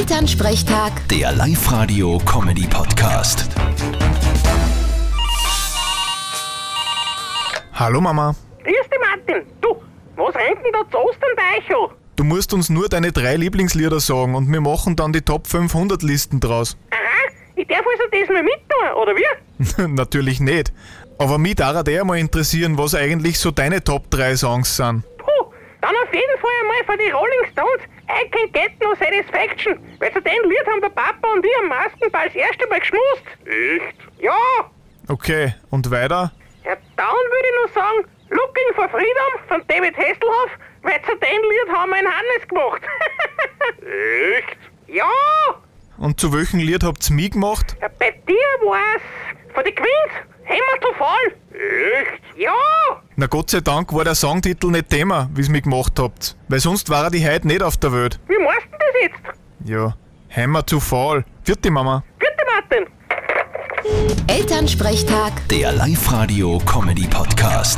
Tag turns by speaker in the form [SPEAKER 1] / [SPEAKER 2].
[SPEAKER 1] Elternsprechtag,
[SPEAKER 2] Der Live-Radio-Comedy-Podcast.
[SPEAKER 3] Hallo Mama,
[SPEAKER 4] Grüß dich, Martin. Du, was rennt denn da zu Ostern bei euch an?
[SPEAKER 3] du musst uns nur deine drei Lieblingslieder sagen und wir machen dann die Top 500 Listen draus.
[SPEAKER 4] Aha, ich darf also das mal mit tun, oder wie?
[SPEAKER 3] Natürlich nicht. Aber mich darf eh mal interessieren, was eigentlich so deine Top 3 Songs sind.
[SPEAKER 4] Puh, dann auf jeden Fall einmal von den Rolling Stones I Can Get No Satisfaction. Weil zu dem Lied haben der Papa und ich am Maskenball das erste Mal geschmust. Echt? Ja.
[SPEAKER 3] Okay, und weiter?
[SPEAKER 4] ja dann würde ich noch sagen, Looking for Freedom von David Hasselhoff, weil zu dem Lied haben wir einen Hannes gemacht. Echt? Ja.
[SPEAKER 3] Und zu welchem Lied habt's mich gemacht?
[SPEAKER 4] ja bei dir war's von den Queens, Hammer to Fall. Echt? Ja.
[SPEAKER 3] Na Gott sei Dank war der Songtitel nicht Thema, wie's mich gemacht habt. Weil sonst war die heute nicht auf der Welt.
[SPEAKER 4] Wie machst du das jetzt?
[SPEAKER 3] Ja, Hammer zu faul. Vierte Mama.
[SPEAKER 4] Bitte, Martin.
[SPEAKER 1] Elternsprechtag.
[SPEAKER 2] Der Live-Radio-Comedy-Podcast.